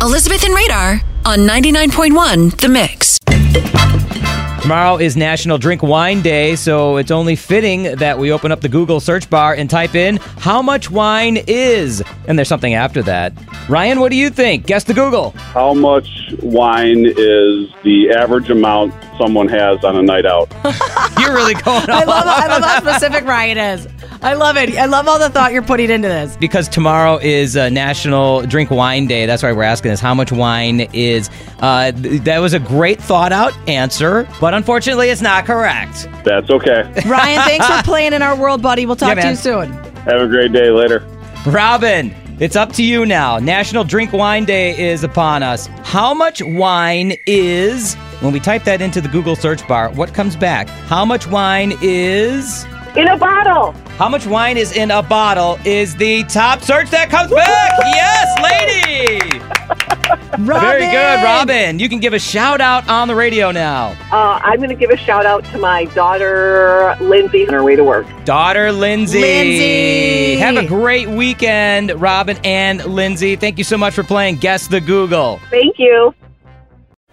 Elizabeth and Radar on 99.1 The Mix. Tomorrow is National Drink Wine Day, so it's only fitting that we open up the Google search bar and type in how much wine is. And there's something after that. Ryan, what do you think? Guess the Google. How much wine is the average amount someone has on a night out? You're really going I off love, I love how specific Ryan is. I love it. I love all the thought you're putting into this. because tomorrow is uh, National Drink Wine Day. That's why we're asking this how much wine is. Uh, th- that was a great thought out answer, but unfortunately, it's not correct. That's okay. Ryan, thanks for playing in our world, buddy. We'll talk Yeah, to man. you soon. Have a great day later. Robin, it's up to you now. National Drink Wine Day is upon us. How much wine is. When we type that into the Google search bar, what comes back? How much wine is. In a bottle. How much wine is in a bottle is the top search that comes back. Yes, lady. Very good, Robin. You can give a shout out on the radio now. Uh, I'm going to give a shout out to my daughter, Lindsay, on her way to work. Daughter Lindsay. Lindsay. Have a great weekend, Robin and Lindsay. Thank you so much for playing Guess the Google. Thank you.